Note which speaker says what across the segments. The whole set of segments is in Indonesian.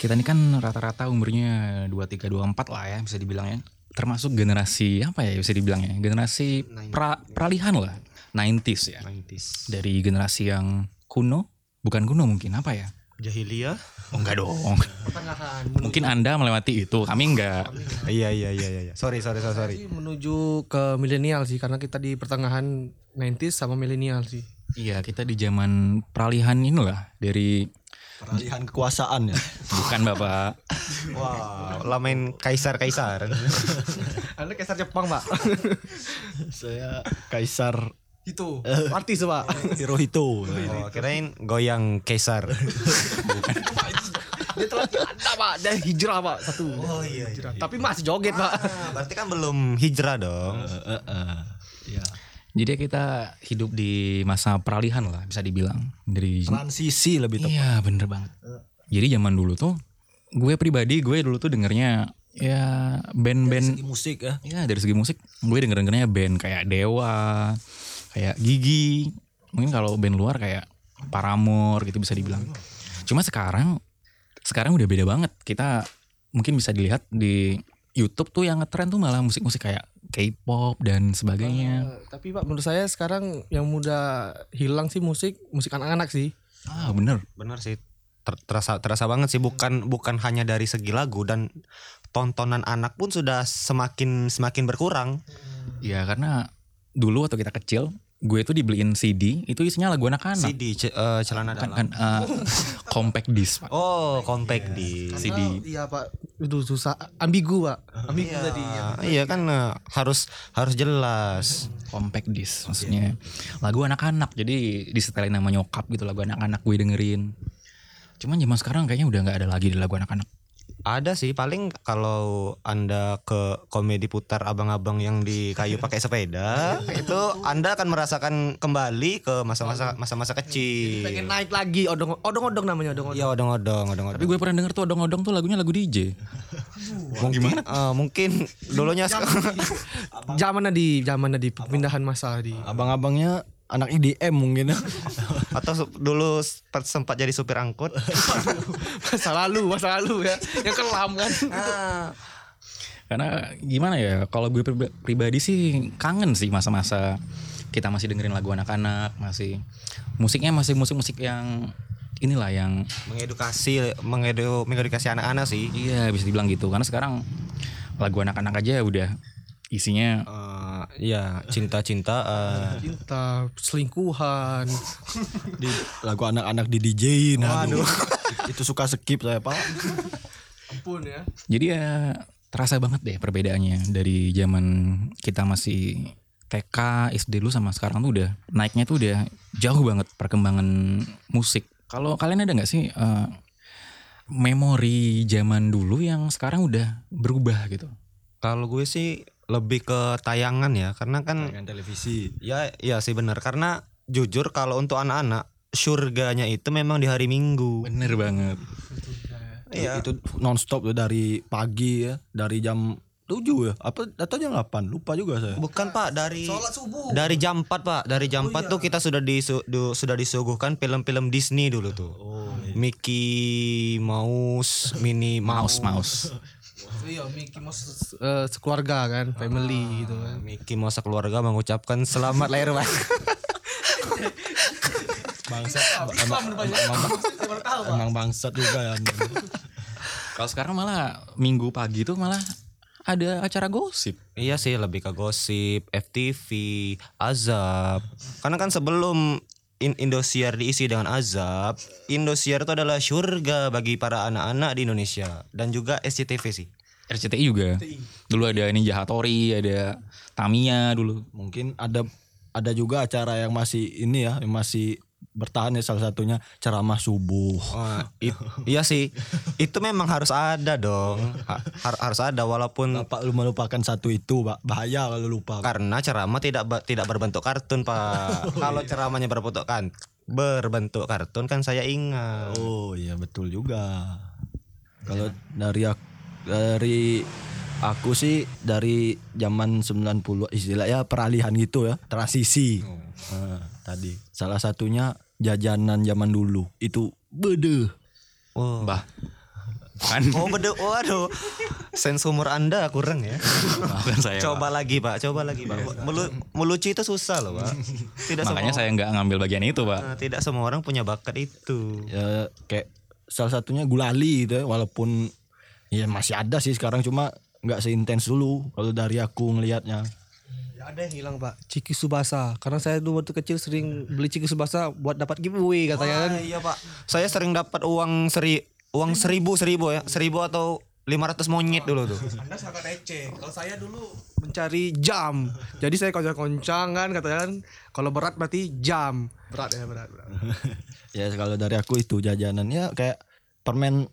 Speaker 1: Kita ini kan rata-rata umurnya 23, 24 lah ya bisa dibilang ya. Termasuk generasi apa ya bisa dibilang ya? Generasi pra- peralihan lah. 90s ya.
Speaker 2: 90s.
Speaker 1: Dari generasi yang kuno, bukan kuno mungkin apa ya?
Speaker 2: Jahiliyah.
Speaker 1: Oh enggak dong.
Speaker 3: pertengahan
Speaker 1: Mungkin Anda melewati itu, kami enggak.
Speaker 2: iya iya iya iya. Sorry sorry sorry. sorry.
Speaker 3: menuju, menuju ke milenial sih karena kita di pertengahan 90s sama milenial sih
Speaker 1: Iya, kita di zaman peralihan inilah dari
Speaker 2: Peralihan kekuasaan ya.
Speaker 1: bukan Bapak.
Speaker 2: Wah, wow, main kaisar-kaisar.
Speaker 3: Anda kaisar Jepang pak
Speaker 2: Saya kaisar
Speaker 3: itu artis pak
Speaker 2: Hirohito. Oh, kirain goyang kaisar.
Speaker 3: dia telah ada pak dan hijrah pak satu oh iya, tapi masih joget pak
Speaker 2: Berarti kan belum Eh, hijrah dong.
Speaker 1: Jadi kita hidup di masa peralihan lah bisa dibilang dari
Speaker 4: transisi lebih tepat. Eh.
Speaker 1: Iya bener banget. Jadi zaman dulu tuh gue pribadi gue dulu tuh dengernya ya
Speaker 4: Segi
Speaker 1: band-band
Speaker 4: musik ya.
Speaker 1: ya dari segi musik gue denger dengernya band kayak Dewa, kayak Gigi, mungkin kalau band luar kayak Paramore gitu bisa dibilang. Cuma sekarang sekarang udah beda banget. Kita mungkin bisa dilihat di YouTube tuh yang ngetren tuh malah musik-musik kayak K-pop dan sebagainya.
Speaker 3: Eh, tapi pak menurut saya sekarang yang mudah hilang sih musik musik anak-anak sih
Speaker 1: Ah bener.
Speaker 2: Bener sih. Ter- terasa terasa banget sih bukan bukan hanya dari segi lagu dan tontonan anak pun sudah semakin semakin berkurang.
Speaker 1: Ya karena dulu waktu kita kecil, gue tuh dibeliin CD, itu isinya lagu anak-anak.
Speaker 2: CD ce- eh, celana
Speaker 1: Kan,
Speaker 2: dalam.
Speaker 1: kan eh, compact disc, Pak.
Speaker 2: Oh, compact di Oh.
Speaker 3: Karena, iya pak itu susah ambigu pak ambigu tadi ya.
Speaker 2: Ah, iya kan eh, harus harus jelas.
Speaker 1: Compact disc maksudnya. Lagu anak-anak. Jadi disetelin nama nyokap gitu lagu anak-anak gue dengerin. Cuman zaman sekarang kayaknya udah nggak ada lagi di lagu anak-anak.
Speaker 2: Ada sih paling kalau Anda ke komedi putar abang-abang yang di kayu pakai sepeda,
Speaker 3: Iya.
Speaker 2: itu Anda akan merasakan kembali ke masa-masa masa-masa
Speaker 3: pengen
Speaker 2: kecil.
Speaker 3: naik lagi odong odong odong namanya odong odong
Speaker 2: Iya,
Speaker 1: Tapi
Speaker 2: odong-odong, odong-odong.
Speaker 1: gue pernah denger tuh odong-odong tuh lagunya lagu DJ.
Speaker 2: Mungkin, eh, mungkin dulunya
Speaker 3: zaman di zaman di perpindahan masa di
Speaker 4: Abang-abangnya anak IDM mungkin.
Speaker 2: atau su- dulu sempat- sempat jadi supir angkut.
Speaker 3: masa lalu masa lalu ya yang kelam kan
Speaker 1: Karena gimana ya, kalau gue priba- pribadi sih kangen sih masa-masa kita masih dengerin lagu anak-anak, masih musiknya masih musik-musik yang inilah yang
Speaker 2: mengedukasi mengedu, mengedukasi anak-anak sih.
Speaker 1: Iya bisa dibilang gitu karena sekarang lagu anak-anak aja udah isinya
Speaker 2: Eh, ya,
Speaker 4: iya, eh.
Speaker 2: cinta-cintaan.
Speaker 3: cinta selingkuhan
Speaker 4: di lagu anak-anak di DJ nah aduh. itu suka skip saya pak
Speaker 3: ampun ya
Speaker 1: jadi ya terasa banget deh perbedaannya dari zaman kita masih TK SD dulu sama sekarang tuh udah naiknya tuh udah jauh banget perkembangan musik kalau kalian ada nggak sih eh, memori zaman dulu yang sekarang udah berubah gitu
Speaker 2: Kalau gue sih lebih ke tayangan ya, karena kan
Speaker 4: dengan televisi
Speaker 2: Ya, ya sih benar karena jujur kalau untuk anak-anak surganya itu memang di hari Minggu.
Speaker 1: bener banget
Speaker 2: Iya.
Speaker 4: itu nonstop tuh dari pagi ya dari jam 7 ya apa atau jam 8 lupa juga saya
Speaker 2: Bukan Pak, dari
Speaker 3: subuh
Speaker 2: dari jam 4 Pak, dari jam 4 tuh kita sudah disu- du- sudah disuguhkan film-film Disney dulu tuh.
Speaker 4: Oh, iya.
Speaker 2: Mickey Mouse, Minnie
Speaker 1: mouse
Speaker 2: Mouse.
Speaker 1: mouse
Speaker 3: iya Mickey Mouse eh, sekeluarga kan family gitu
Speaker 2: Ah,
Speaker 3: kan
Speaker 2: Mickey Mouse keluarga mengucapkan selamat lahir Pak.
Speaker 4: bangsat emang, emang, emang bangsat juga ya
Speaker 1: kalau sekarang malah minggu pagi tuh malah ada acara gosip
Speaker 2: Iya sih lebih ke gosip, FTV, Azab. Karena kan sebelum In- Indosiar diisi dengan Azab, Indosiar itu adalah surga bagi para anak-anak di Indonesia dan juga SCTV sih.
Speaker 1: RCTI juga. Dulu ada Ninja Hattori, ada Tamiya dulu.
Speaker 4: mungkin ada ada juga acara yang masih ini ya yang masih bertahan ya salah satunya ceramah subuh
Speaker 2: Wah, it- iya sih. Itu memang harus ada dong. Ha- har- harus ada walaupun
Speaker 4: Bapak lu melupakan satu itu pak bahaya kalau lupa Pak.
Speaker 2: karena ceramah tidak ba- tidak berbentuk kartun,
Speaker 3: Oh,
Speaker 2: Pak. Kalau
Speaker 3: iya.
Speaker 2: ceramahnya berbentuk kan berbentuk kartun kan saya ingat.
Speaker 4: Oh iya betul juga. Kalau dari ak- dari aku sih dari zaman 90 istilahnya peralihan gitu ya, transisi. Eh, tadi salah satunya jajanan zaman dulu itu bede.
Speaker 2: Oh.
Speaker 1: Bah, Bukan.
Speaker 2: Oh beda, waduh, sense humor anda kurang ya.
Speaker 1: Maafkan saya.
Speaker 2: Coba lagi pak, coba lagi pak. Melu, melucu itu susah loh pak. Tidak
Speaker 1: Makanya
Speaker 2: semua,
Speaker 1: saya nggak ngambil bagian itu, Pak.
Speaker 2: Nah, tidak semua orang punya bakat itu.
Speaker 4: ya kayak salah satunya gulali gitu ya walaupun ya masih ada sih sekarang cuma nggak seintens dulu kalau dari aku ngelihatnya
Speaker 3: Ya, ada yang hilang pak Ciki Subasa Karena saya dulu waktu kecil sering beli Ciki Subasa Buat dapat giveaway katanya kan
Speaker 2: Ah, iya pak. Saya sering dapat uang seri, uang seribu seribu ya, seribu atau 500 monyet dulu tuh.
Speaker 3: Anda sangat receh. Kalau saya dulu mencari jam. Jadi saya koncang-koncang kan katanya kan kalau berat berarti jam. Berat ya berat berat.
Speaker 4: ya kalau dari aku itu jajanannya kayak permen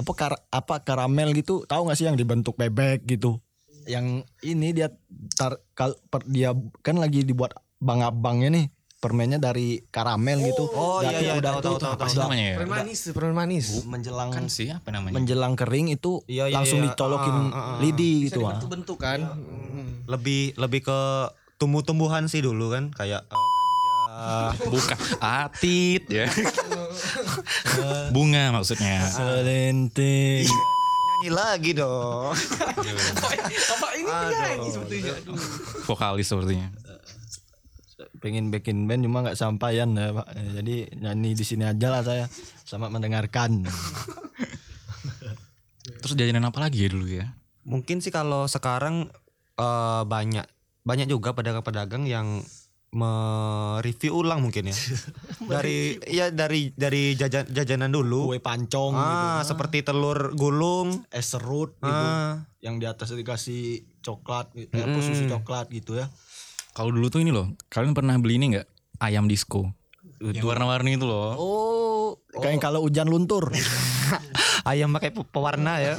Speaker 4: apa kar- apa karamel gitu tahu nggak sih yang dibentuk bebek gitu yang ini dia tar kal- per- dia kan lagi dibuat bang-abangnya nih permennya dari karamel gitu
Speaker 2: Oh, iya,
Speaker 4: Jadi
Speaker 2: iya,
Speaker 4: udah
Speaker 2: tahu,
Speaker 4: tuh
Speaker 2: tahu, tahu,
Speaker 1: Apa
Speaker 4: udah
Speaker 1: sih namanya ya?
Speaker 3: Permen manis, permen manis.
Speaker 4: menjelang
Speaker 1: Kan siapa namanya?
Speaker 4: menjelang kering itu
Speaker 2: Iya, iya,
Speaker 4: langsung
Speaker 2: iya.
Speaker 4: dicolokin
Speaker 2: Ah, ah, ah.
Speaker 4: lidi gitu ah.
Speaker 3: Itu bentuk kan. Mm.
Speaker 2: Lebih lebih ke tumbuh-tumbuhan sih dulu kan, kayak eh, ganja.
Speaker 1: Bukan atit ya. Bunga maksudnya.
Speaker 4: Ah. Selenting.
Speaker 2: Nyanyi lagi dong.
Speaker 3: Apa ini penyanyi sebetulnya?
Speaker 1: Vokalis sepertinya.
Speaker 4: Pengen bikin band cuma nggak sampaian ya Pak. Eh, Jadi nyanyi di sini aja lah saya. Selamat mendengarkan.
Speaker 1: Terus jajanan apa lagi ya dulu ya?
Speaker 2: Mungkin sih kalau sekarang eh, banyak banyak juga pedagang-pedagang yang mereview ulang mungkin ya. dari ya dari dari jajan jajanan dulu.
Speaker 4: Kue gitu. pancong
Speaker 2: Ah, seperti telur gulung.
Speaker 4: gitu. Es serut gitu.
Speaker 2: Ah,
Speaker 4: Yang di atas dikasih coklat gitu. eh, apa, susu coklat gitu ya.
Speaker 1: Kalau dulu tuh ini loh, kalian pernah beli ini nggak? Ayam disco. Yang warna-warni itu loh.
Speaker 4: Oh, kayak kalau hujan luntur.
Speaker 2: ayam pakai pe- pewarna ya.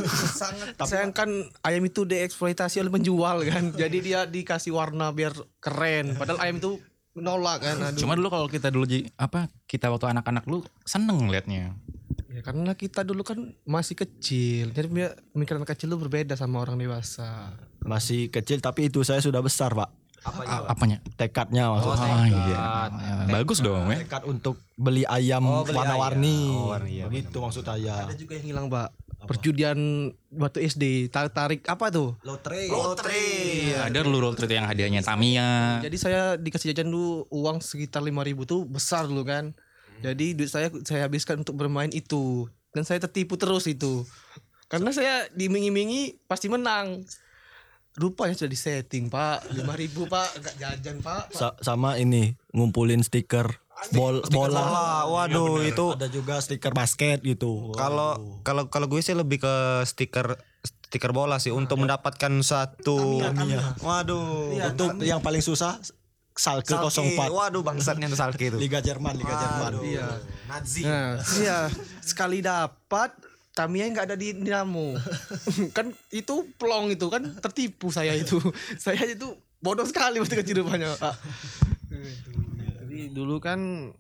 Speaker 3: Sayang kan ayam itu dieksploitasi oleh penjual kan. Jadi dia dikasih warna biar keren. Padahal ayam itu menolak kan. Aduh.
Speaker 1: Cuma dulu kalau kita dulu ji- apa kita waktu anak-anak lu seneng liatnya.
Speaker 3: Ya, karena kita dulu kan masih kecil. Jadi pemikiran kecil itu berbeda sama orang dewasa.
Speaker 4: Masih kecil tapi itu saya sudah besar, Pak.
Speaker 1: A- apanya?
Speaker 4: Tekadnya maksudnya.
Speaker 1: Ah, iya. Bagus dong ya.
Speaker 4: Tekad untuk Oh, beli Oh, ayam warna-warni. Begitu maksud saya.
Speaker 3: Ada juga yang hilang, Pak. Perjudian waktu SD, tarik-tarik apa tuh?
Speaker 4: Lotre.
Speaker 1: Ada dulu roll treat yang hadiahnya Tamiya.
Speaker 3: Jadi saya dikasih jajan dulu uang sekitar 5000 tuh besar dulu kan. Jadi duit saya saya habiskan untuk bermain itu dan saya tertipu terus itu. Karena saya dimingi-mingi pasti menang. Rupanya sudah disetting, Pak. 5000, Pak. Enggak jajan, Pak. Pak.
Speaker 4: Sa- sama ini ngumpulin stiker Oh, bol bola
Speaker 2: Wah,
Speaker 4: Iya,
Speaker 2: waduh itu
Speaker 4: ada juga stiker basket gitu
Speaker 2: kalau kalau kalau gue sih lebih ke stiker stiker bola sih untuk mendapatkan satu waduh
Speaker 4: untuk yang paling susah Iya, kan? Salke
Speaker 2: Salke.
Speaker 4: 04
Speaker 2: waduh bangsatnya tuh Salke itu
Speaker 4: Liga Jerman Liga Jerman
Speaker 3: Iya. Nah, iya. Sekali dapat Tamiya nggak ada di Dinamo. kan itu plong itu kan tertipu saya itu. saya itu bodoh sekali waktu kecil rupanya. Pak. Jadi dulu kan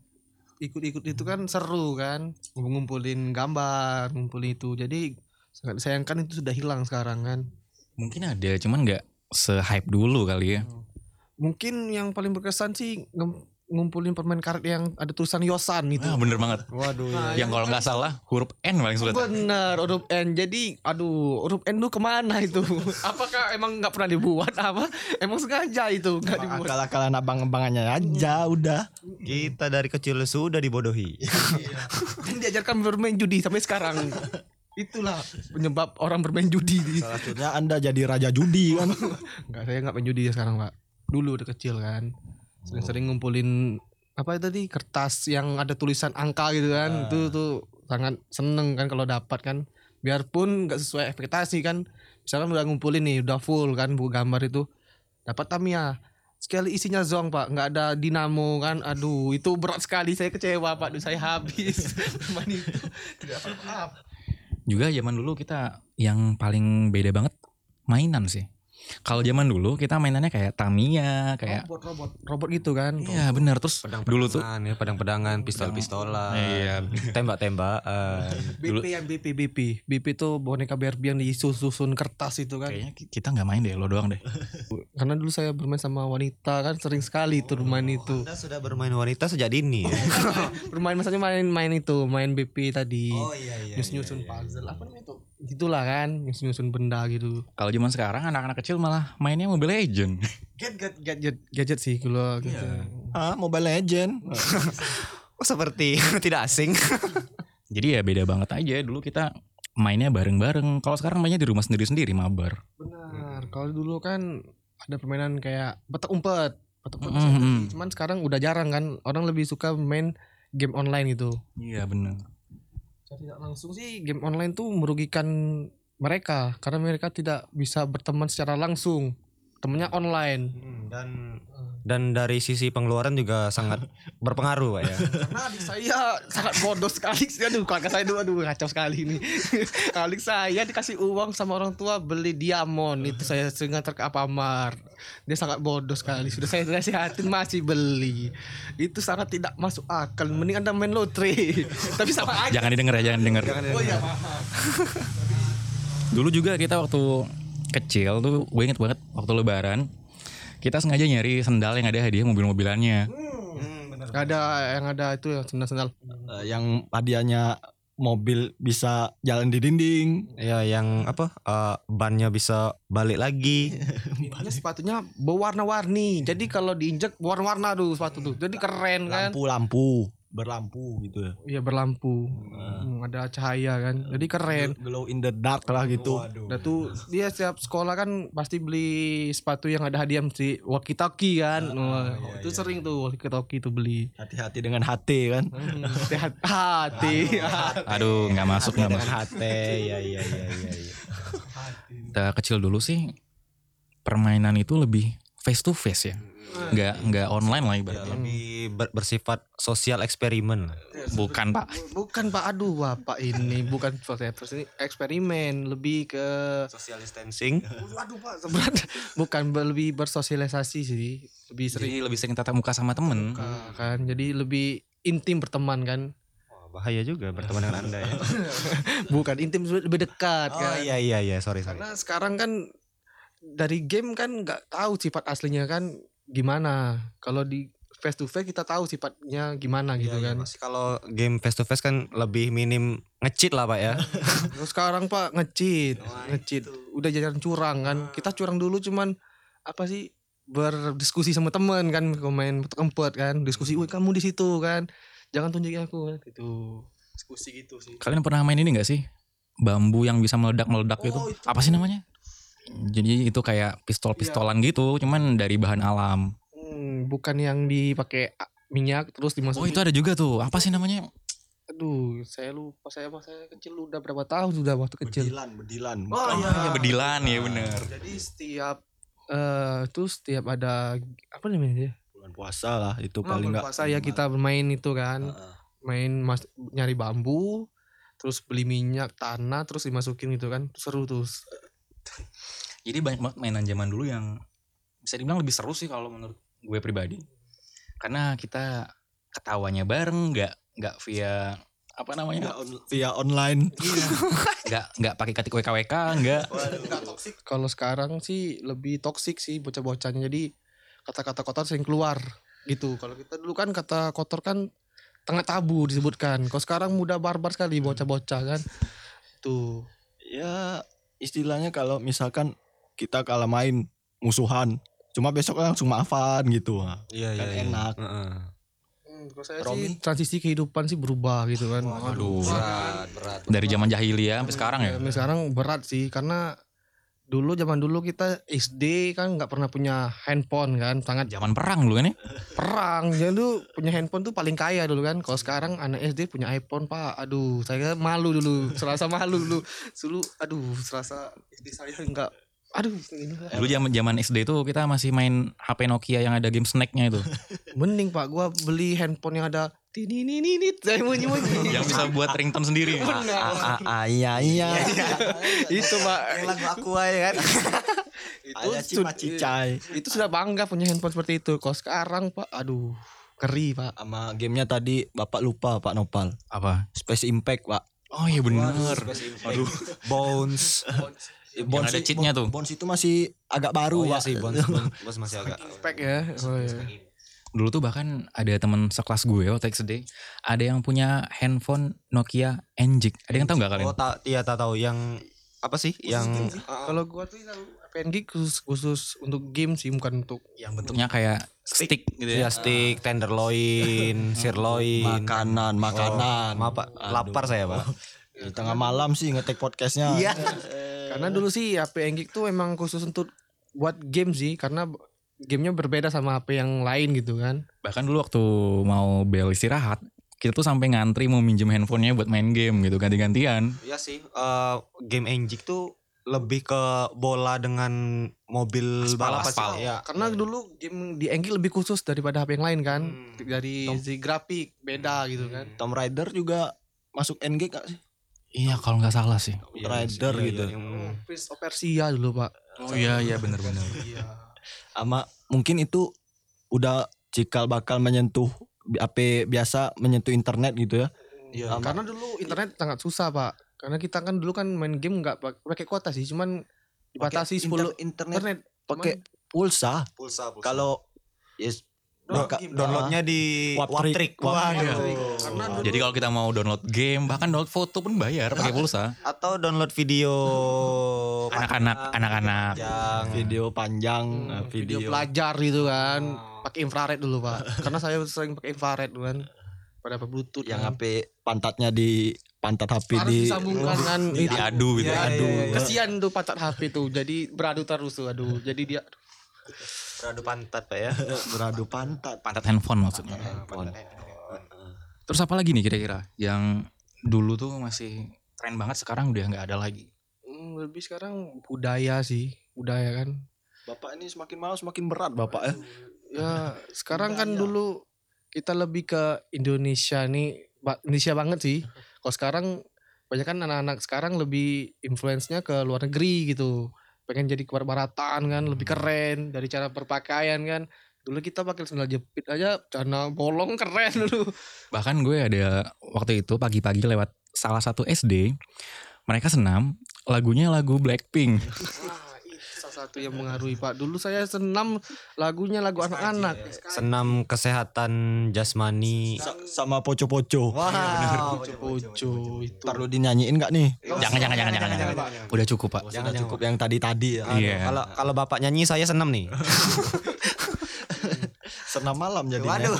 Speaker 3: ikut-ikut itu kan seru kan ngumpulin gambar, ngumpulin itu. Jadi sangat disayangkan itu sudah hilang sekarang kan.
Speaker 1: Mungkin ada, cuman nggak se-hype dulu kali ya.
Speaker 3: Mungkin yang paling berkesan sih ngem- ngumpulin permen karet yang ada tulisan Yosan itu.
Speaker 1: Ah, bener banget.
Speaker 4: waduh
Speaker 1: Yang kalau nggak salah huruf N paling sulit.
Speaker 3: Benar, huruf N. Jadi, aduh, huruf N lu kemana itu? Apakah emang nggak pernah dibuat apa? Emang sengaja itu nggak dibuat?
Speaker 4: akal akalan abang abangannya aja udah
Speaker 1: Hmm.
Speaker 2: kita dari kecil sudah dibodohi
Speaker 3: Dan diajarkan bermain judi sampai sekarang. Itulah penyebab orang bermain judi.
Speaker 4: maksudnya anda jadi raja judi kan
Speaker 3: Enggak, saya nggak main judi ya sekarang, Pak. Dulu udah kecil kan. Sering-sering ngumpulin apa itu tadi kertas yang ada tulisan angka gitu
Speaker 1: Ah.
Speaker 3: kan. Itu tuh sangat seneng kan kalau dapat kan. Biarpun nggak sesuai ekspektasi kan. Misalkan udah ngumpulin nih, udah full kan buku gambar itu. Dapat Tamiya. Sekali isinya zong pak, nggak ada dinamo kan, aduh itu berat sekali, saya kecewa pak, Duh, saya habis Cuman itu, tidak apa-apa
Speaker 1: Juga zaman dulu kita yang paling beda banget mainan sih. Kalau zaman dulu kita mainannya kayak Tamiya, kayak
Speaker 3: robot robot robot gitu kan
Speaker 1: Iya benar terus dulu tuh
Speaker 2: Pedang-pedangan, ya, pedang-pedangan, pistol-pistolan.
Speaker 1: Iya.
Speaker 2: Tembak-tembakan.
Speaker 3: BP yang BP BP BP itu boneka Barbie yang disusun kertas itu kan
Speaker 1: kayaknya ki- kita nggak main deh lo doang deh.
Speaker 3: karena dulu saya bermain sama wanita kan sering sekali tuh bermain itu
Speaker 2: Anda sudah bermain wanita sejak dini. ya?
Speaker 3: bermain maksudnya main main itu main BP tadi
Speaker 2: iya iya.
Speaker 3: nyusun nyusun puzzle apa namanya itu gitulah kan nyusun nyusun benda gitu
Speaker 1: Kalau zaman sekarang anak-anak kecil malah mainnya Mobile Legend.
Speaker 3: gadget gadget gadget sih
Speaker 2: Iya.
Speaker 3: kalau gitu
Speaker 4: Ah, Mobile Legend.
Speaker 2: Oh, seperti tidak asing.
Speaker 1: Jadi ya beda banget aja dulu kita mainnya bareng-bareng. Kalau sekarang mainnya di rumah sendiri-sendiri mabar.
Speaker 3: benar kalau dulu kan ada permainan kayak petak umpet petak umpet
Speaker 1: Mm,
Speaker 3: masih
Speaker 2: Mm-hmm.
Speaker 3: ada
Speaker 1: mm.
Speaker 3: sih. cuman sekarang udah jarang kan orang lebih suka main game online gitu
Speaker 1: Iya benar.
Speaker 3: Secara tidak langsung sih game online tuh merugikan mereka karena mereka tidak bisa berteman secara langsung temennya online
Speaker 2: Dan dan dari sisi pengeluaran juga sangat berpengaruh, Pak ya.
Speaker 3: karena Nah, adik saya sangat bodoh sekali sih aduh kakak saya dua aduh kacau sekali ini adik saya dikasih uang sama orang tua beli diamond itu saya sering nganter ke Apamar dia sangat bodoh sekali sudah saya nasihatin masih beli itu sangat tidak masuk akal mending anda main lotre tapi sama aja
Speaker 1: Jangan didengar ya, jangan didengar.
Speaker 3: oh iya maaf
Speaker 1: Dulu juga kita waktu kecil tuh gue inget banget waktu lebaran kita sengaja nyari sendal yang ada hadiah mobil-mobilannya.
Speaker 3: ada yang ada itu ya sendal-sendal
Speaker 4: Eh, yang hadiahnya mobil bisa jalan di dinding.
Speaker 2: Ya yang apa? eh, bannya bisa balik lagi.
Speaker 3: Ininya sepatunya berwarna-warni. Jadi kalau diinjek warna-warna tuh sepatu tuh. Jadi keren kan?
Speaker 4: Lampu-lampu, berlampu gitu ya.
Speaker 3: Iya berlampu. Hmm, ada cahaya kan. Jadi keren.
Speaker 4: Glow in the dark lah gitu.
Speaker 3: Udah Nah, tuh dia setiap sekolah kan pasti beli sepatu yang ada hadiah mesti walkie talkie kan. Wah, itu sering tuh walkie talkie tuh beli.
Speaker 4: Hati-hati dengan hati kan.
Speaker 3: Hmm, Hati-hati.
Speaker 1: Aduh nggak masuk
Speaker 2: Iya.
Speaker 1: nggak masuk.
Speaker 2: Hati, ya ya ya ya.
Speaker 1: Kita kecil dulu sih permainan itu lebih face to face ya. Nggak nggak online lah ibaratnya.
Speaker 2: Lebih ber- bersifat sosial eksperimen. lah.
Speaker 1: Bukan pak.
Speaker 3: bukan Pak aduh Bapak ini bukan proses ini eksperimen lebih ke
Speaker 2: Social distancing.
Speaker 3: aduh Pak seberat bukan lebih bersosialisasi sih lebih sering
Speaker 1: Jadi lebih sering tatap muka sama temen.
Speaker 3: Ah, kan jadi lebih intim berteman kan
Speaker 2: Wah, bahaya juga berteman dengan Anda ya.
Speaker 3: bukan intim lebih dekat
Speaker 2: Oh
Speaker 3: kan
Speaker 2: iya iya iya, sorry sorry.
Speaker 3: karena sekarang kan dari game kan nggak tahu sifat aslinya kan gimana kalau di face to face kita tahu sifatnya gimana gitu
Speaker 2: Iya,
Speaker 3: kan
Speaker 2: pasti kalau game face to face kan lebih minim ngecit lah pak ya
Speaker 3: terus sekarang pak ngecit ngecit udah jajan curang kan kita curang dulu cuman apa sih berdiskusi sama temen kan main petak umpet kan diskusi woi kamu di situ kan jangan tunjukin aku gitu diskusi gitu sih
Speaker 1: Kalian pernah main ini gak sih? Bambu yang bisa meledak-meledak gitu. Apa sih namanya? Jadi itu kayak pistol-pistolan gitu, cuman dari bahan alam.
Speaker 3: Hmm, bukan yang dipakai a- minyak terus
Speaker 1: Oh,
Speaker 3: dimasukin.
Speaker 1: itu ada juga tuh. Apa sih namanya?
Speaker 3: Aduh, saya lupa saya masa saya kecil udah berapa tahun sudah waktu kecil.
Speaker 4: Bedilan, bedilan.
Speaker 3: Oh iya.
Speaker 1: Ya
Speaker 4: Ah,
Speaker 1: bedilan
Speaker 4: gitu
Speaker 1: ya
Speaker 4: kan.
Speaker 1: bener.
Speaker 3: Jadi setiap eh itu setiap ada apa namanya ya?
Speaker 4: Bulan puasa lah itu
Speaker 3: Nah,
Speaker 4: paling
Speaker 3: bulan
Speaker 4: enggak.
Speaker 3: puasa ya kita bermain itu kan. Main mas, nyari bambu, terus beli minyak tanah terus dimasukin gitu kan. Seru tuh.
Speaker 1: Jadi banyak banget mainan zaman dulu yang bisa dibilang lebih seru sih kalau menurut gue pribadi. Karena kita ketawanya bareng, nggak nggak via apa namanya?
Speaker 4: via online.
Speaker 2: Iya,
Speaker 1: Nggak nggak pakai katik WKWK, nggak.
Speaker 3: Kalau sekarang sih lebih toksik sih bocah-bocahnya. Jadi kata-kata kotor sering keluar gitu. Kalau kita dulu kan kata kotor kan tengah tabu disebutkan. Kalau sekarang mudah barbar sekali bocah-bocah kan. Tuh.
Speaker 4: Ya istilahnya kalau misalkan kita kalah main musuhan, cuma besok langsung maafan gitu. Wah,
Speaker 2: iya
Speaker 4: Kan enak.
Speaker 2: Heeh.
Speaker 3: Hmm, kalau saya
Speaker 4: Romi?
Speaker 3: sih transisi kehidupan sih berubah gitu kan.
Speaker 1: Aduh.
Speaker 2: berat berat
Speaker 1: Dari zaman jahiliyah sampai sekarang ya.
Speaker 3: Sampai sekarang berat sih karena dulu zaman dulu kita SD kan nggak pernah punya handphone kan sangat
Speaker 1: Zaman perang dulu kan ya.
Speaker 3: perang jadi lu punya handphone tuh paling kaya dulu kan kalau sekarang anak SD punya iPhone pak aduh saya malu dulu serasa malu dulu dulu aduh serasa SD saya nggak aduh ini lah.
Speaker 1: Dulu zaman zaman SD itu kita masih main HP Nokia yang ada game snacknya itu.
Speaker 3: mending pak gua beli handphone yang ada ini ini ini saya bunyi bunyi
Speaker 1: yang bisa ah, buat ringtone sendiri.
Speaker 3: benar
Speaker 4: Ah, iya iya.
Speaker 3: itu pak
Speaker 2: lagu aku aja kan
Speaker 3: itu
Speaker 4: Ada
Speaker 3: sud-
Speaker 4: cicai
Speaker 3: itu sudah bangga punya handphone seperti itu kalau sekarang pak aduh keri pak
Speaker 4: Sama gamenya tadi Bapak lupa Pak Nopal
Speaker 1: Apa?
Speaker 4: Space Impact Pak
Speaker 1: Oh iya bener.
Speaker 4: Aduh
Speaker 2: Bones.
Speaker 1: Yang ada cheatnya tuh.
Speaker 4: Bones itu masih agak baru
Speaker 2: Oh iya
Speaker 4: Pak
Speaker 2: sih Bones. Bones Bones masih agak.
Speaker 3: spek ya oh, iya.
Speaker 1: Dulu tuh bahkan ada teman sekelas gue waktu XD, ada yang punya handphone Nokia Enjik. Ada yang tahu nggak kalian?
Speaker 2: Oh tak iya tak tahu yang apa sih yang
Speaker 3: kalau gua tuh PNG khusus, khusus untuk game sih bukan untuk
Speaker 1: Yang bentuknya kayak stick gitu ya.
Speaker 2: ya stick tenderloin, sirloin. Oh,
Speaker 4: Makanan Makanan
Speaker 2: Maaf Pak, lapar saya Pak. Oh.
Speaker 4: Di tengah malam sih ngetek podcastnya Iya
Speaker 3: karena dulu sih ya, HP Enggik tuh emang khusus untuk buat game sih karena b- gamenya berbeda sama HP yang lain gitu kan
Speaker 1: Bahkan dulu waktu mau bel istirahat, kita tuh sampai ngantri mau minjem handphonenya buat main game gitu ganti-gantian.
Speaker 2: Iya sih, eh, game Enjik tuh lebih ke bola dengan mobil
Speaker 1: Aspal,
Speaker 2: balapan
Speaker 1: aspal.
Speaker 2: sih. Iya.
Speaker 3: karena dulu game di Enggik lebih khusus daripada HP yang lain kan
Speaker 2: Hmm.
Speaker 3: dari segi grafik beda gitu
Speaker 2: Iya
Speaker 3: kan
Speaker 4: Tom Rider juga masuk NG gak sih?
Speaker 1: Iya kalau nggak salah sih.
Speaker 2: Iya,
Speaker 4: Rider
Speaker 2: iya, iya,
Speaker 4: gitu.
Speaker 2: yang-
Speaker 3: Oh, Prince of Persia Hmm. Iya. dulu pak
Speaker 1: Oh iya iya bener-bener.
Speaker 4: Sama mungkin itu udah cikal bakal menyentuh bi- HP biasa menyentuh internet gitu ya.
Speaker 3: Iya, karena dulu internet sangat susah pak. Karena kita kan dulu kan main game nggak pak- pakai kuota sih, cuman dibatasi 10
Speaker 4: Inter- internet
Speaker 3: internet.
Speaker 4: pakai pulsa.
Speaker 2: Pulsa, pulsa.
Speaker 4: Kalau yes,
Speaker 2: Download-
Speaker 4: maka-
Speaker 2: downloadnya di
Speaker 4: Waptrik.
Speaker 2: Waptrik. Waduh.
Speaker 4: Iya.
Speaker 3: Karena dulu
Speaker 1: Jadi kalau kita mau download game, bahkan download foto pun bayar pakai pulsa.
Speaker 2: atau download video
Speaker 1: Anak-anak, anak-anak.
Speaker 2: panjang.
Speaker 4: video panjang, eh,
Speaker 3: Hmm, video.
Speaker 4: video,
Speaker 3: pelajar gitu kan, pakai infrared dulu pak. Karena saya sering pakai infrared dulu kan, pada apa bluetooth
Speaker 4: yang
Speaker 3: kan.
Speaker 4: HP pantatnya di pantat HP
Speaker 3: Harus
Speaker 4: di
Speaker 3: disambungkan kan itu.
Speaker 1: Diadu gitu.
Speaker 2: Iya,
Speaker 1: ya.
Speaker 2: iya, iya.
Speaker 3: Kesian tuh pacar HP tuh, jadi beradu terus tuh, aduh. Jadi dia
Speaker 2: Beradu pantat Pak ya.
Speaker 4: beradu pantat.
Speaker 1: Pantat handphone maksudnya. Terus apa lagi nih kira-kira yang dulu tuh masih tren banget sekarang udah nggak ada lagi.
Speaker 3: hmm, lebih sekarang budaya sih, budaya kan.
Speaker 4: Bapak ini semakin malam semakin berat Bapak ya.
Speaker 3: Ya, sekarang kan dulu kita lebih ke Indonesia nih, ba- Indonesia banget sih. Kalau sekarang banyak kan anak-anak sekarang lebih influence-nya ke luar negeri gitu. Pengen jadi kebarat-baratan kan, lebih keren dari cara berpakaian kan. Dulu kita pakai sandal jepit aja, celana bolong keren dulu.
Speaker 1: Bahkan gue ada waktu itu pagi-pagi lewat salah satu SD, mereka senam, lagunya lagu Blackpink.
Speaker 3: Wah, itu salah satu yang mengaruhi Pak. Dulu saya senam lagunya lagu anak-anak.
Speaker 2: Senam kesehatan jasmani. Iya,
Speaker 4: Sama
Speaker 1: Iya,
Speaker 4: poco-poco.
Speaker 2: Wah,
Speaker 3: Cucu itu.
Speaker 4: Perlu dinyanyiin nggak nih?
Speaker 1: Jangan Oh, jangan jangan jangan jangan. Udah cukup, Pak.
Speaker 4: Sudah cukup yang tadi-tadi ya.
Speaker 1: Iya.
Speaker 2: Kalau kalau bapak nyanyi saya senam nih.
Speaker 4: Senam malam jadinya. Iya.
Speaker 2: Waduh.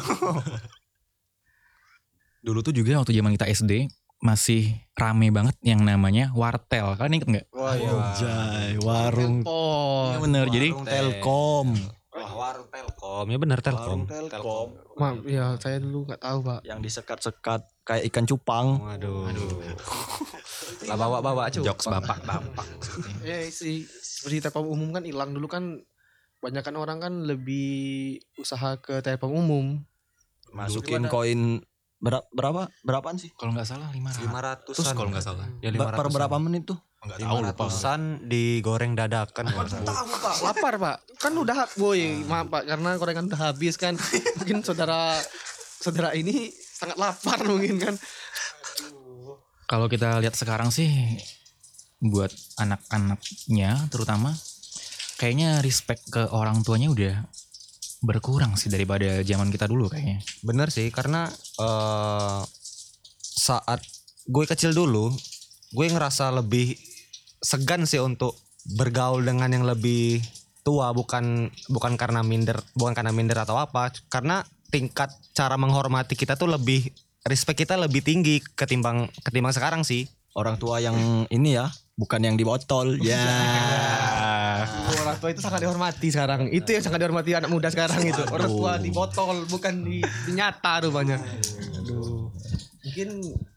Speaker 1: Dulu tuh juga waktu zaman kita SD masih rame banget yang namanya wartel. Kalian inget nggak?
Speaker 4: Wah,
Speaker 3: iya.
Speaker 4: Anjay, warung
Speaker 1: Iya
Speaker 4: kan?
Speaker 3: Oh,
Speaker 1: bener. Jadi
Speaker 4: Telkom.
Speaker 2: warung Telkom.
Speaker 1: Iya,
Speaker 2: Ya benar Telkom.
Speaker 4: Telkom.
Speaker 3: maaf ya saya dulu nggak tahu Pak.
Speaker 4: Yang disekat-sekat kayak ikan cupang.
Speaker 2: Waduh. Lah bawa-bawa aja.
Speaker 1: jokes bapak bapak.
Speaker 3: Ya sih seperti telkom umum kan hilang dulu kan banyak kan orang kan lebih usaha ke telkom umum.
Speaker 4: Masukin koin berapa berapa berapaan sih?
Speaker 1: Kalau nggak salah 500.
Speaker 2: 500
Speaker 1: Terus kalau nggak salah.
Speaker 2: Ya
Speaker 4: Ba- per
Speaker 2: 500.
Speaker 4: berapa menit tuh?
Speaker 1: Nggak tahu lupa.
Speaker 2: 500-an digoreng dadakan. Waduh.
Speaker 3: Tahu Pak, lapar Pak. Kan udah boy, maaf Pak karena gorengan udah habis kan. Mungkin saudara saudara ini sangat lapar mungkin kan.
Speaker 1: Kalau kita lihat sekarang sih buat anak-anaknya terutama kayaknya respect ke orang tuanya udah berkurang sih daripada zaman kita dulu kayaknya.
Speaker 2: Bener sih karena eh, saat gue kecil dulu gue ngerasa lebih segan sih untuk bergaul dengan yang lebih tua bukan bukan karena minder bukan karena minder atau apa karena tingkat cara menghormati kita tuh lebih respect kita lebih tinggi ketimbang ketimbang sekarang sih
Speaker 4: Orang tua yang ini ya, bukan yang di botol. Ya.
Speaker 3: Oh, Orang tua itu sangat dihormati sekarang. Itu yang sangat dihormati anak muda sekarang itu. Orang tua di botol bukan di, di nyata rupanya. Aduh. Mungkin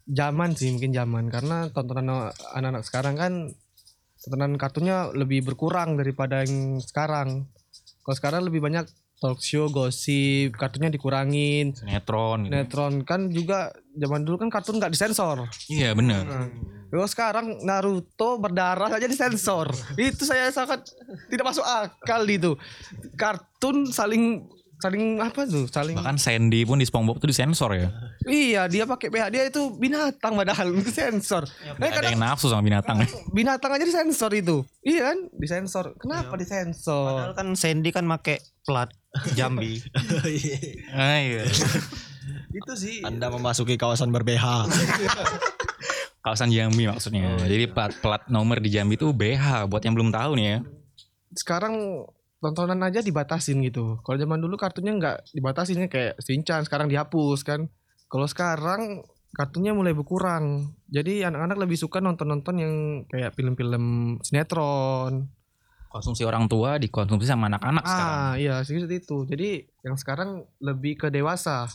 Speaker 3: zaman sih, mungkin zaman karena tontonan anak-anak sekarang kan tontonan kartunya lebih berkurang daripada yang sekarang. Kalau sekarang lebih banyak talk show gosip kartunya dikurangin
Speaker 1: Sinetron gitu.
Speaker 3: netron kan juga zaman dulu kan kartun nggak disensor
Speaker 1: Iya bener
Speaker 3: Yo sekarang Naruto berdarah aja disensor. Itu saya sangat tidak masuk akal itu. Kartun saling saling apa tuh? Saling
Speaker 1: Bahkan Sandy pun di Spongebob tuh disensor ya
Speaker 3: Iya, dia pakai PH dia itu binatang padahal disensor. Nah,
Speaker 1: Ya, Ada yang
Speaker 3: kadang
Speaker 1: nafsu sama binatang
Speaker 3: binatang aja disensor itu. Iya kan? Disensor.
Speaker 2: Padahal
Speaker 3: Kenapa disensor?
Speaker 2: kan Sandy kan make plat Jambi.
Speaker 1: Ah, iya.
Speaker 3: Itu sih.
Speaker 4: Anda memasuki kawasan ber-BH.
Speaker 1: Kawasan Jambi maksudnya Jadi plat, plat nomor di Jambi itu BH Buat yang belum tahu nih ya
Speaker 3: Sekarang tontonan aja dibatasin gitu. Kalau zaman dulu kartunya nggak dibatasinnya kayak Shinchan sekarang dihapus kan. Kalau sekarang kartunya mulai berkurang. Jadi anak-anak lebih suka nonton-nonton yang kayak film-film sinetron.
Speaker 1: Konsumsi orang tua dikonsumsi sama anak-anak sekarang
Speaker 3: Ah, iya, seperti itu. Jadi yang sekarang lebih ke dewasa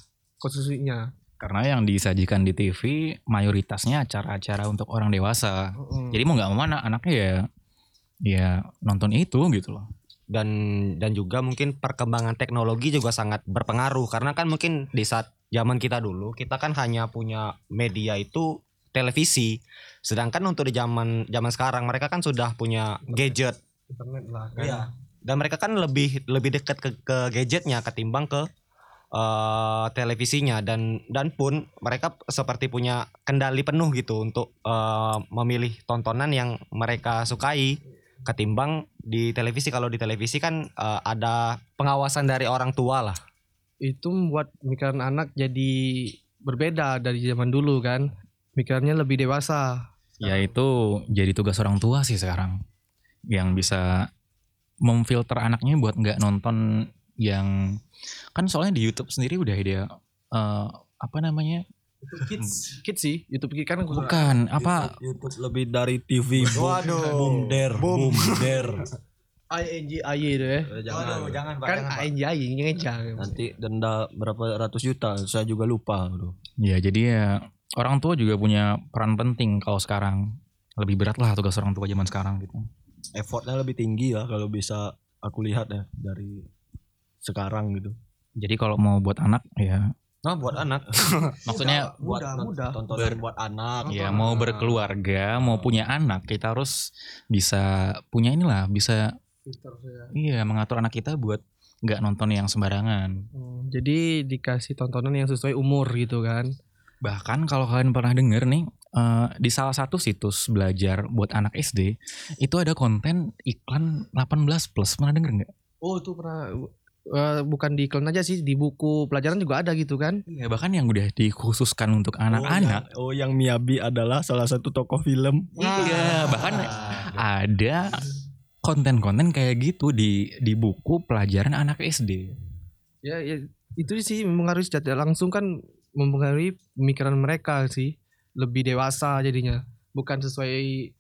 Speaker 3: konsumsinya.
Speaker 1: Karena yang disajikan di TV Mayoritasnya acara-acara untuk orang dewasa
Speaker 3: Mm-mm.
Speaker 1: Jadi mau gak mau anak anaknya ya Ya nonton itu gitu loh
Speaker 2: dan dan juga mungkin perkembangan teknologi juga sangat berpengaruh karena kan mungkin di saat zaman kita dulu kita kan hanya punya media itu televisi sedangkan untuk di zaman zaman sekarang mereka kan sudah punya gadget
Speaker 3: internet lah kan.
Speaker 2: Iya. dan mereka kan lebih lebih dekat ke, ke gadgetnya ketimbang ke eh, televisinya dan dan pun mereka seperti punya kendali penuh gitu untuk eh, memilih tontonan yang mereka sukai ketimbang di televisi kalau di televisi kan eh, ada pengawasan dari orang tua lah
Speaker 3: Itu membuat pemikiran anak jadi berbeda dari zaman dulu kan. Pikirannya lebih dewasa.
Speaker 1: Ya itu jadi tugas orang tua sih sekarang yang bisa memfilter anaknya buat nggak nonton yang kan soalnya di YouTube sendiri udah dia eh, apa namanya
Speaker 3: Kids, kids sih, YouTube kids kan aku suka.
Speaker 1: bukan apa
Speaker 4: YouTube lebih dari TV.
Speaker 2: Waduh.
Speaker 4: Boom der. Boom der.
Speaker 3: INJI itu ya.
Speaker 4: Jangan.
Speaker 2: jangan
Speaker 3: Kan INJI ini ngejang.
Speaker 4: Nanti denda berapa ratus juta. Saya juga lupa. Aduh.
Speaker 1: ya jadi ya orang tua juga punya peran penting kalau sekarang lebih berat lah tugas orang tua zaman sekarang gitu
Speaker 4: Effortnya lebih tinggi ya kalau bisa aku lihat ya dari sekarang gitu.
Speaker 1: jadi kalau mau buat anak ya
Speaker 2: nah buat anak
Speaker 1: maksudnya
Speaker 3: Mudah,
Speaker 4: nont-
Speaker 3: mudah.
Speaker 4: tontonan buat Oh, anak.
Speaker 1: ya mau berkeluarga mau punya anak kita harus bisa punya inilah bisa Iya, mengatur anak kita buat nggak nonton yang sembarangan.
Speaker 3: Hmm, Jadi dikasih tontonan yang sesuai umur gitu kan.
Speaker 1: Bahkan kalau kalian pernah denger nih, eh, di salah satu situs belajar buat anak SD, itu ada konten iklan 18 plus. Pernah denger nggak?
Speaker 3: Oh, itu pernah eh, bukan di iklan aja sih, di buku pelajaran juga ada gitu kan.
Speaker 1: Iya, bahkan yang udah dikhususkan untuk anak-anak.
Speaker 4: Oh, yang, oh, yang Miyabi adalah salah satu tokoh film.
Speaker 1: Iya, bahkan ada konten-konten kayak gitu di di buku pelajaran anak SD.
Speaker 3: Ya, ya, itu sih mempengaruhi secara tidak langsung kan mempengaruhi pemikiran mereka sih lebih dewasa jadinya bukan sesuai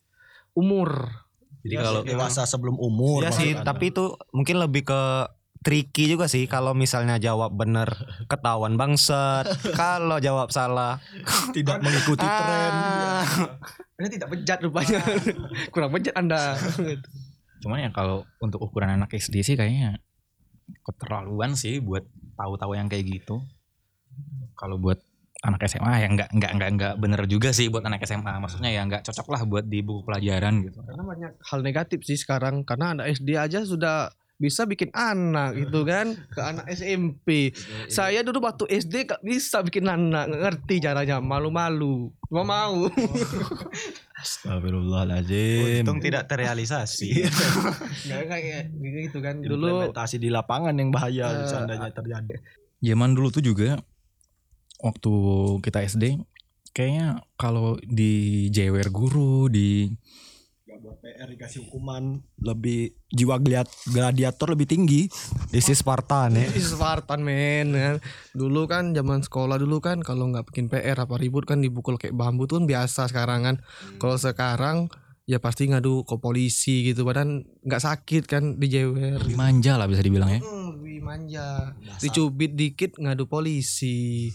Speaker 3: umur
Speaker 1: Jadi kalau
Speaker 4: dewasa sebelum umur.
Speaker 2: Iya sih,
Speaker 4: maksud Anda.
Speaker 2: tapi itu mungkin lebih ke tricky juga sih kalau misalnya jawab bener ketahuan bangsat, kalau jawab salah
Speaker 4: tidak mengikuti tren.
Speaker 2: Ah.
Speaker 3: Anda tidak bejat rupanya kurang bejat Anda
Speaker 1: Cuman ya kalau untuk ukuran anak SD sih kayaknya keterlaluan sih buat tahu-tahu yang kayak gitu. Kalau buat anak SMA ya nggak nggak nggak nggak bener juga sih buat anak SMA. Maksudnya ya nggak cocok lah buat di buku pelajaran gitu.
Speaker 3: karena banyak hal negatif sih sekarang karena anak SD aja sudah bisa bikin anak gitu kan ke anak SMP saya dulu waktu SD gak bisa bikin anak nggak ngerti caranya malu-malu cuma mau
Speaker 4: Astagfirullahaladzim.
Speaker 2: untung tidak terrealisasi.
Speaker 3: nggak kayak gitu kan dulu
Speaker 4: Implementasi di lapangan yang bahaya
Speaker 3: Eh,
Speaker 4: seandainya terjadi.
Speaker 1: Zaman dulu tuh juga waktu kita SD kayaknya kalau di jewer guru di
Speaker 4: Gak buat PR dikasih hukuman lebih jiwa gladiat- gladiator lebih tinggi.
Speaker 2: This is Spartan ya.
Speaker 3: Ih, Spartan men kan. Dulu kan zaman sekolah dulu kan kalau nggak bikin PR apa ribut kan dibukul kayak bambu tuh kan biasa sekarang kan. Kalau sekarang ya pasti ngadu ke polisi gitu badan nggak sakit kan dijewer.
Speaker 1: lebih manja lah bisa dibilang ya.
Speaker 3: Hmm, lebih manja. Dicubit dikit ngadu polisi.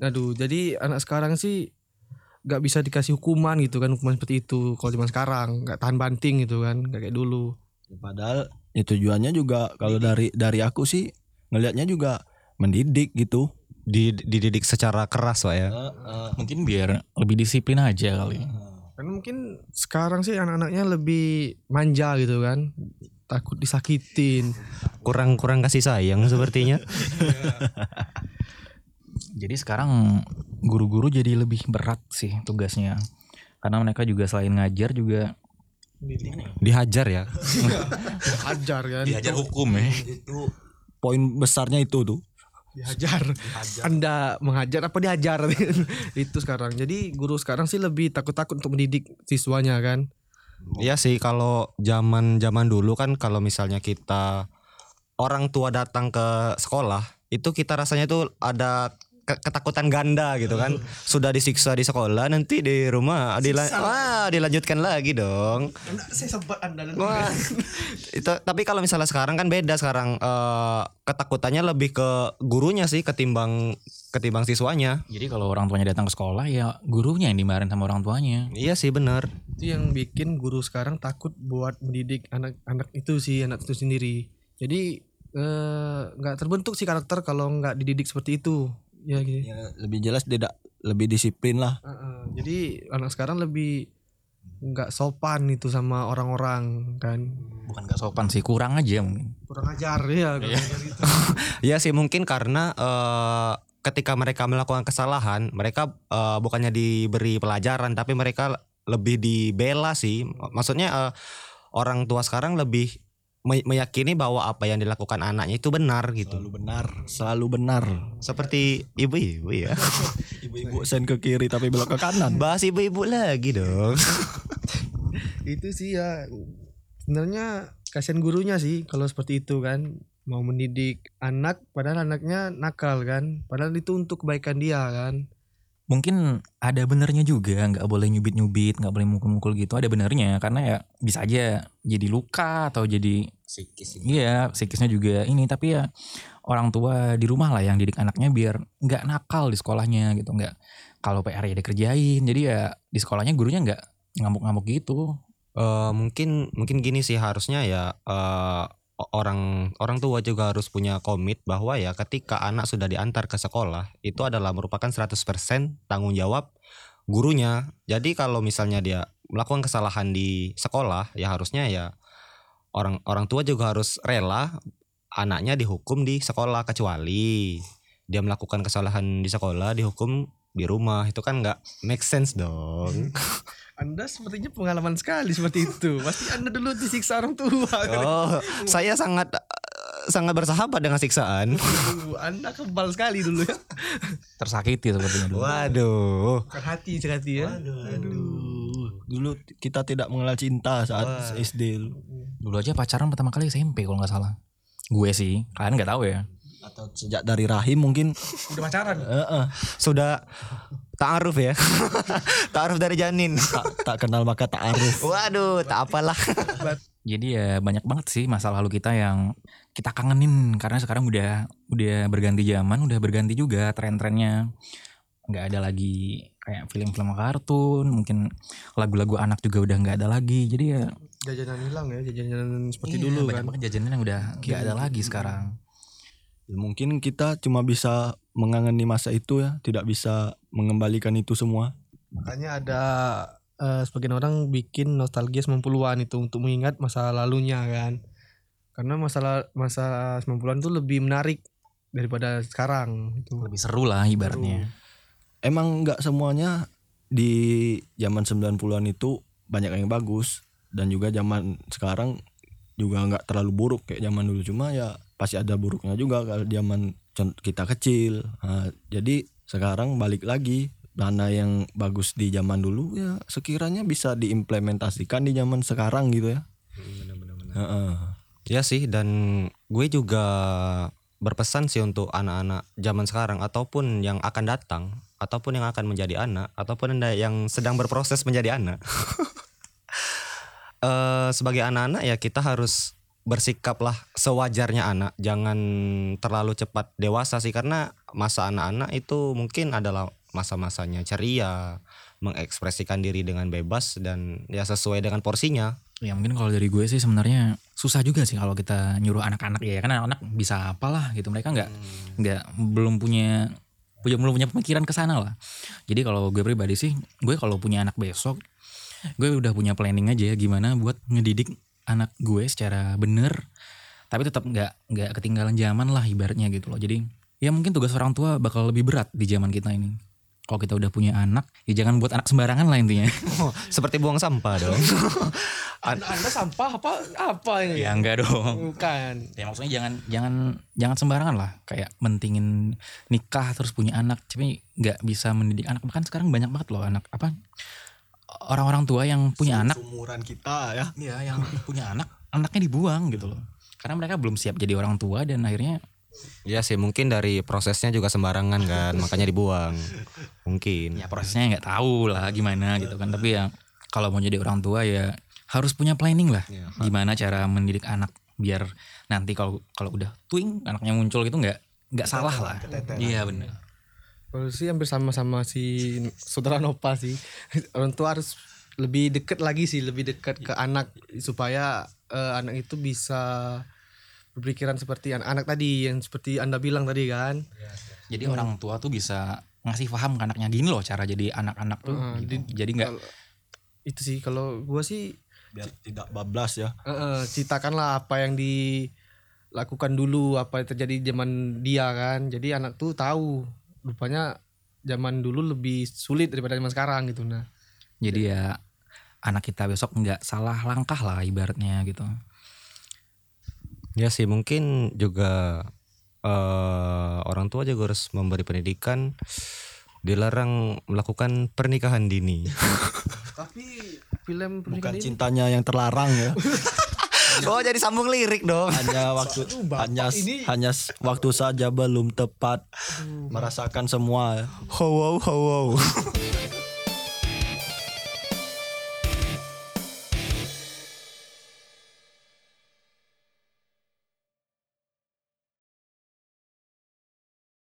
Speaker 3: Aduh, jadi anak sekarang sih nggak bisa dikasih hukuman gitu kan hukuman seperti itu kalau zaman sekarang nggak tahan banting gitu kan nggak kayak dulu
Speaker 4: Ya, Padahal ya tujuannya juga kalau dari dari aku sih ngelihatnya juga mendidik gitu.
Speaker 2: Di- dididik secara keras pak ya
Speaker 4: Ah.
Speaker 1: Mungkin biar lebih disiplin aja kali.
Speaker 3: Karena mungkin sekarang sih anak-anaknya lebih manja gitu kan. Takut disakitin.
Speaker 2: kurang kurang kasih sayang sepertinya
Speaker 1: Jadi sekarang guru-guru jadi lebih berat sih tugasnya. Karena mereka juga selain ngajar juga
Speaker 2: dihajar ya
Speaker 3: Hajar kan.
Speaker 1: hukum ya.
Speaker 4: Itu poin besarnya itu tuh.
Speaker 3: dihajar. Anda menghajar apa dihajar itu sekarang. Jadi guru sekarang sih lebih takut-takut untuk mendidik siswanya kan.
Speaker 2: Iya sih kalau zaman zaman dulu kan kalau misalnya kita orang tua datang ke sekolah itu kita rasanya tuh ada ke- ketakutan ganda gitu kan sudah disiksa di sekolah nanti di rumah dila- wah, dilanjutkan lagi dong
Speaker 3: Saya sebat Anda
Speaker 2: Wah, itu tapi kalau misalnya sekarang kan beda sekarang eh, ketakutannya lebih ke gurunya sih ketimbang ketimbang siswanya
Speaker 1: Jadi kalau orang tuanya datang ke sekolah ya gurunya yang dimarahin sama orang tuanya.
Speaker 2: iya sih benar
Speaker 3: itu yang bikin guru sekarang takut buat mendidik anak-anak itu sih anak itu sendiri jadi eh, nggak terbentuk sih karakter kalau nggak dididik seperti itu ya gitu
Speaker 4: Ya, lebih jelas tidak lebih disiplin lah.
Speaker 3: Heeh, jadi anak sekarang lebih nggak sopan itu sama orang-orang kan
Speaker 1: Bukan gak sopan sih, kurang aja mungkin.
Speaker 3: kurang ajar ya kurang ajar gitu.
Speaker 2: Ya sih mungkin karena eh, ketika mereka melakukan kesalahan, mereka eh, bukannya diberi pelajaran, tapi mereka lebih dibela sih. Maksudnya eh, orang tua sekarang lebih me- meyakini bahwa apa yang dilakukan anaknya itu benar gitu.
Speaker 4: Selalu benar, selalu benar.
Speaker 2: Seperti ibu-ibu ya.
Speaker 4: Ibu sen ke kiri tapi belok ke kanan.
Speaker 2: Bahas ibu-ibu lagi dong.
Speaker 3: itu sih ya sebenarnya kasihan gurunya sih kalau seperti itu kan mau mendidik anak padahal anaknya nakal kan padahal itu untuk kebaikan dia kan
Speaker 1: Mungkin ada benernya juga, nggak boleh nyubit-nyubit, nggak boleh mukul-mukul gitu. Ada benernya karena ya bisa aja jadi luka atau jadi Iya, psikisnya juga ini tapi ya orang tua di rumah lah yang didik anaknya biar nggak nakal di sekolahnya gitu, nggak kalau PR ya dikerjain. Jadi ya di sekolahnya gurunya nggak ngamuk-ngamuk gitu.
Speaker 2: Eh, mungkin mungkin gini sih harusnya ya eh, o- orang orang tua juga harus punya komit bahwa ya ketika anak sudah diantar ke sekolah itu adalah merupakan 100% tanggung jawab gurunya. Jadi kalau misalnya dia melakukan kesalahan di sekolah ya harusnya ya orang orang tua juga harus rela anaknya dihukum di sekolah kecuali dia melakukan kesalahan di sekolah dihukum di rumah itu kan nggak make sense dong.
Speaker 3: Anda sepertinya pengalaman sekali seperti itu. Pasti Anda dulu disiksa orang tua.
Speaker 2: Oh, saya sangat sangat bersahabat dengan siksaan.
Speaker 3: Aduh, Anda kebal sekali dulu ya.
Speaker 1: Tersakiti sepertinya dulu.
Speaker 2: Waduh.
Speaker 3: Bukan hati, bukan hati ya.
Speaker 4: Dulu kita tidak mengenal cinta saat SD
Speaker 1: Dulu aja pacaran pertama kali SMP kalau nggak salah. Gue sih, kalian nggak tahu ya.
Speaker 4: atau sejak dari rahim mungkin.
Speaker 3: Udah pacaran.
Speaker 4: Heeh.
Speaker 2: Sudah ta'aruf ya. ta'aruf dari janin.
Speaker 4: tak, tak kenal maka tak arif.
Speaker 2: Waduh, tak apalah.
Speaker 1: Jadi ya banyak banget sih masa lalu kita yang kita kangenin karena sekarang udah udah berganti zaman, udah berganti juga tren-trennya. Nggak ada lagi kayak film-film kartun, mungkin lagu-lagu anak juga udah nggak ada lagi. Jadi ya
Speaker 3: Jajanan hilang ya, jajanan
Speaker 1: Iya,
Speaker 3: seperti dulu
Speaker 1: banyak Iya.
Speaker 3: kan.
Speaker 1: banget jajanan yang udah nggak ada lagi sekarang.
Speaker 4: Ya, mungkin kita cuma bisa mengangani masa itu ya, tidak bisa mengembalikan itu semua.
Speaker 3: Makanya ada eh, sebagian orang bikin nostalgia 90-an itu untuk mengingat masa lalunya kan. Karena masalah masa 90-an itu lebih menarik daripada sekarang gitu. itu.
Speaker 1: Lebih seru lah ibaratnya.
Speaker 4: Emang nggak semuanya di zaman 90-an itu banyak yang bagus dan juga zaman sekarang juga nggak terlalu buruk kayak zaman dulu cuma ya pasti ada buruknya juga kalau zaman con- kita kecil. Nah, jadi sekarang balik lagi dana yang bagus di zaman dulu ya sekiranya bisa diimplementasikan di zaman sekarang gitu ya. Heeh.
Speaker 2: Ya sih dan gue juga berpesan sih untuk anak-anak zaman sekarang ataupun yang akan datang ataupun yang akan menjadi anak ataupun anda yang sedang berproses menjadi anak. Eh, sebagai anak-anak ya kita harus bersikaplah sewajarnya anak, jangan terlalu cepat dewasa sih karena masa anak-anak itu mungkin adalah masa-masanya ceria, mengekspresikan diri dengan bebas dan ya sesuai dengan porsinya.
Speaker 1: Ya mungkin kalau dari gue sih sebenarnya susah juga sih kalau kita nyuruh anak-anak ya kan anak-anak bisa apalah gitu mereka nggak nggak belum punya punya belum punya pemikiran ke sana lah. Jadi kalau gue pribadi sih gue kalau punya anak besok gue udah punya planning aja ya gimana buat ngedidik anak gue secara bener tapi tetap nggak nggak ketinggalan zaman lah ibaratnya gitu loh. Jadi ya mungkin tugas orang tua bakal lebih berat di zaman kita ini. Kalau kita udah punya anak, ya jangan buat anak sembarangan lah intinya.
Speaker 2: Seperti buang sampah dong.
Speaker 3: Anda, anda sampah apa apa ini?
Speaker 1: ya enggak dong.
Speaker 3: Bukan.
Speaker 1: ya maksudnya jangan jangan jangan sembarangan lah kayak mentingin nikah terus punya anak tapi nggak bisa mendidik anak bahkan sekarang banyak banget loh anak apa orang-orang tua yang punya anak
Speaker 4: Umuran kita ya.
Speaker 1: ya yang punya anak anaknya dibuang gitu loh karena mereka belum siap jadi orang tua dan akhirnya
Speaker 2: ya sih mungkin dari prosesnya juga sembarangan kan, makanya dibuang. Mungkin.
Speaker 1: ya prosesnya nggak tahu lah gimana gitu kan tapi ya kalau mau jadi orang tua ya harus punya planning lah
Speaker 2: Iya.
Speaker 1: gimana cara mendidik anak biar nanti kalau kalau udah twing anaknya muncul gitu nggak nggak salah lah iya benar
Speaker 3: Kalau sih hampir sama-sama si saudara Nova sih. Orang tua harus lebih dekat lagi sih, lebih dekat ke anak supaya eh, anak itu bisa berpikiran seperti anak-anak tadi yang seperti Anda bilang tadi kan.
Speaker 1: Jadi orang tua tuh bisa ngasih paham ke anaknya gini loh cara jadi anak-anak tuh.
Speaker 3: Heeh,
Speaker 1: gitu. Jadi nggak
Speaker 3: Itu sih kalau gua sih
Speaker 4: Biar tidak bablas ya.
Speaker 3: eh, eh, citakanlah apa yang dilakukan dulu, apa yang terjadi zaman dia kan. Jadi anak tuh tahu rupanya zaman dulu lebih sulit daripada zaman sekarang gitu nah.
Speaker 1: jadi ya anak kita besok nggak salah langkah lah ibaratnya gitu.
Speaker 2: Ya sih mungkin juga eh, orang tua juga harus memberi pendidikan dilarang melakukan pernikahan dini.
Speaker 3: Tapi film
Speaker 4: Bukan
Speaker 3: pernikahan ini
Speaker 4: cintanya yang terlarang ya.
Speaker 2: oh jadi sambung lirik dong.
Speaker 4: Hanya waktu hanya hanya s- waktu saja belum tepat merasakan semua. ya.
Speaker 2: Ho wow ho wow.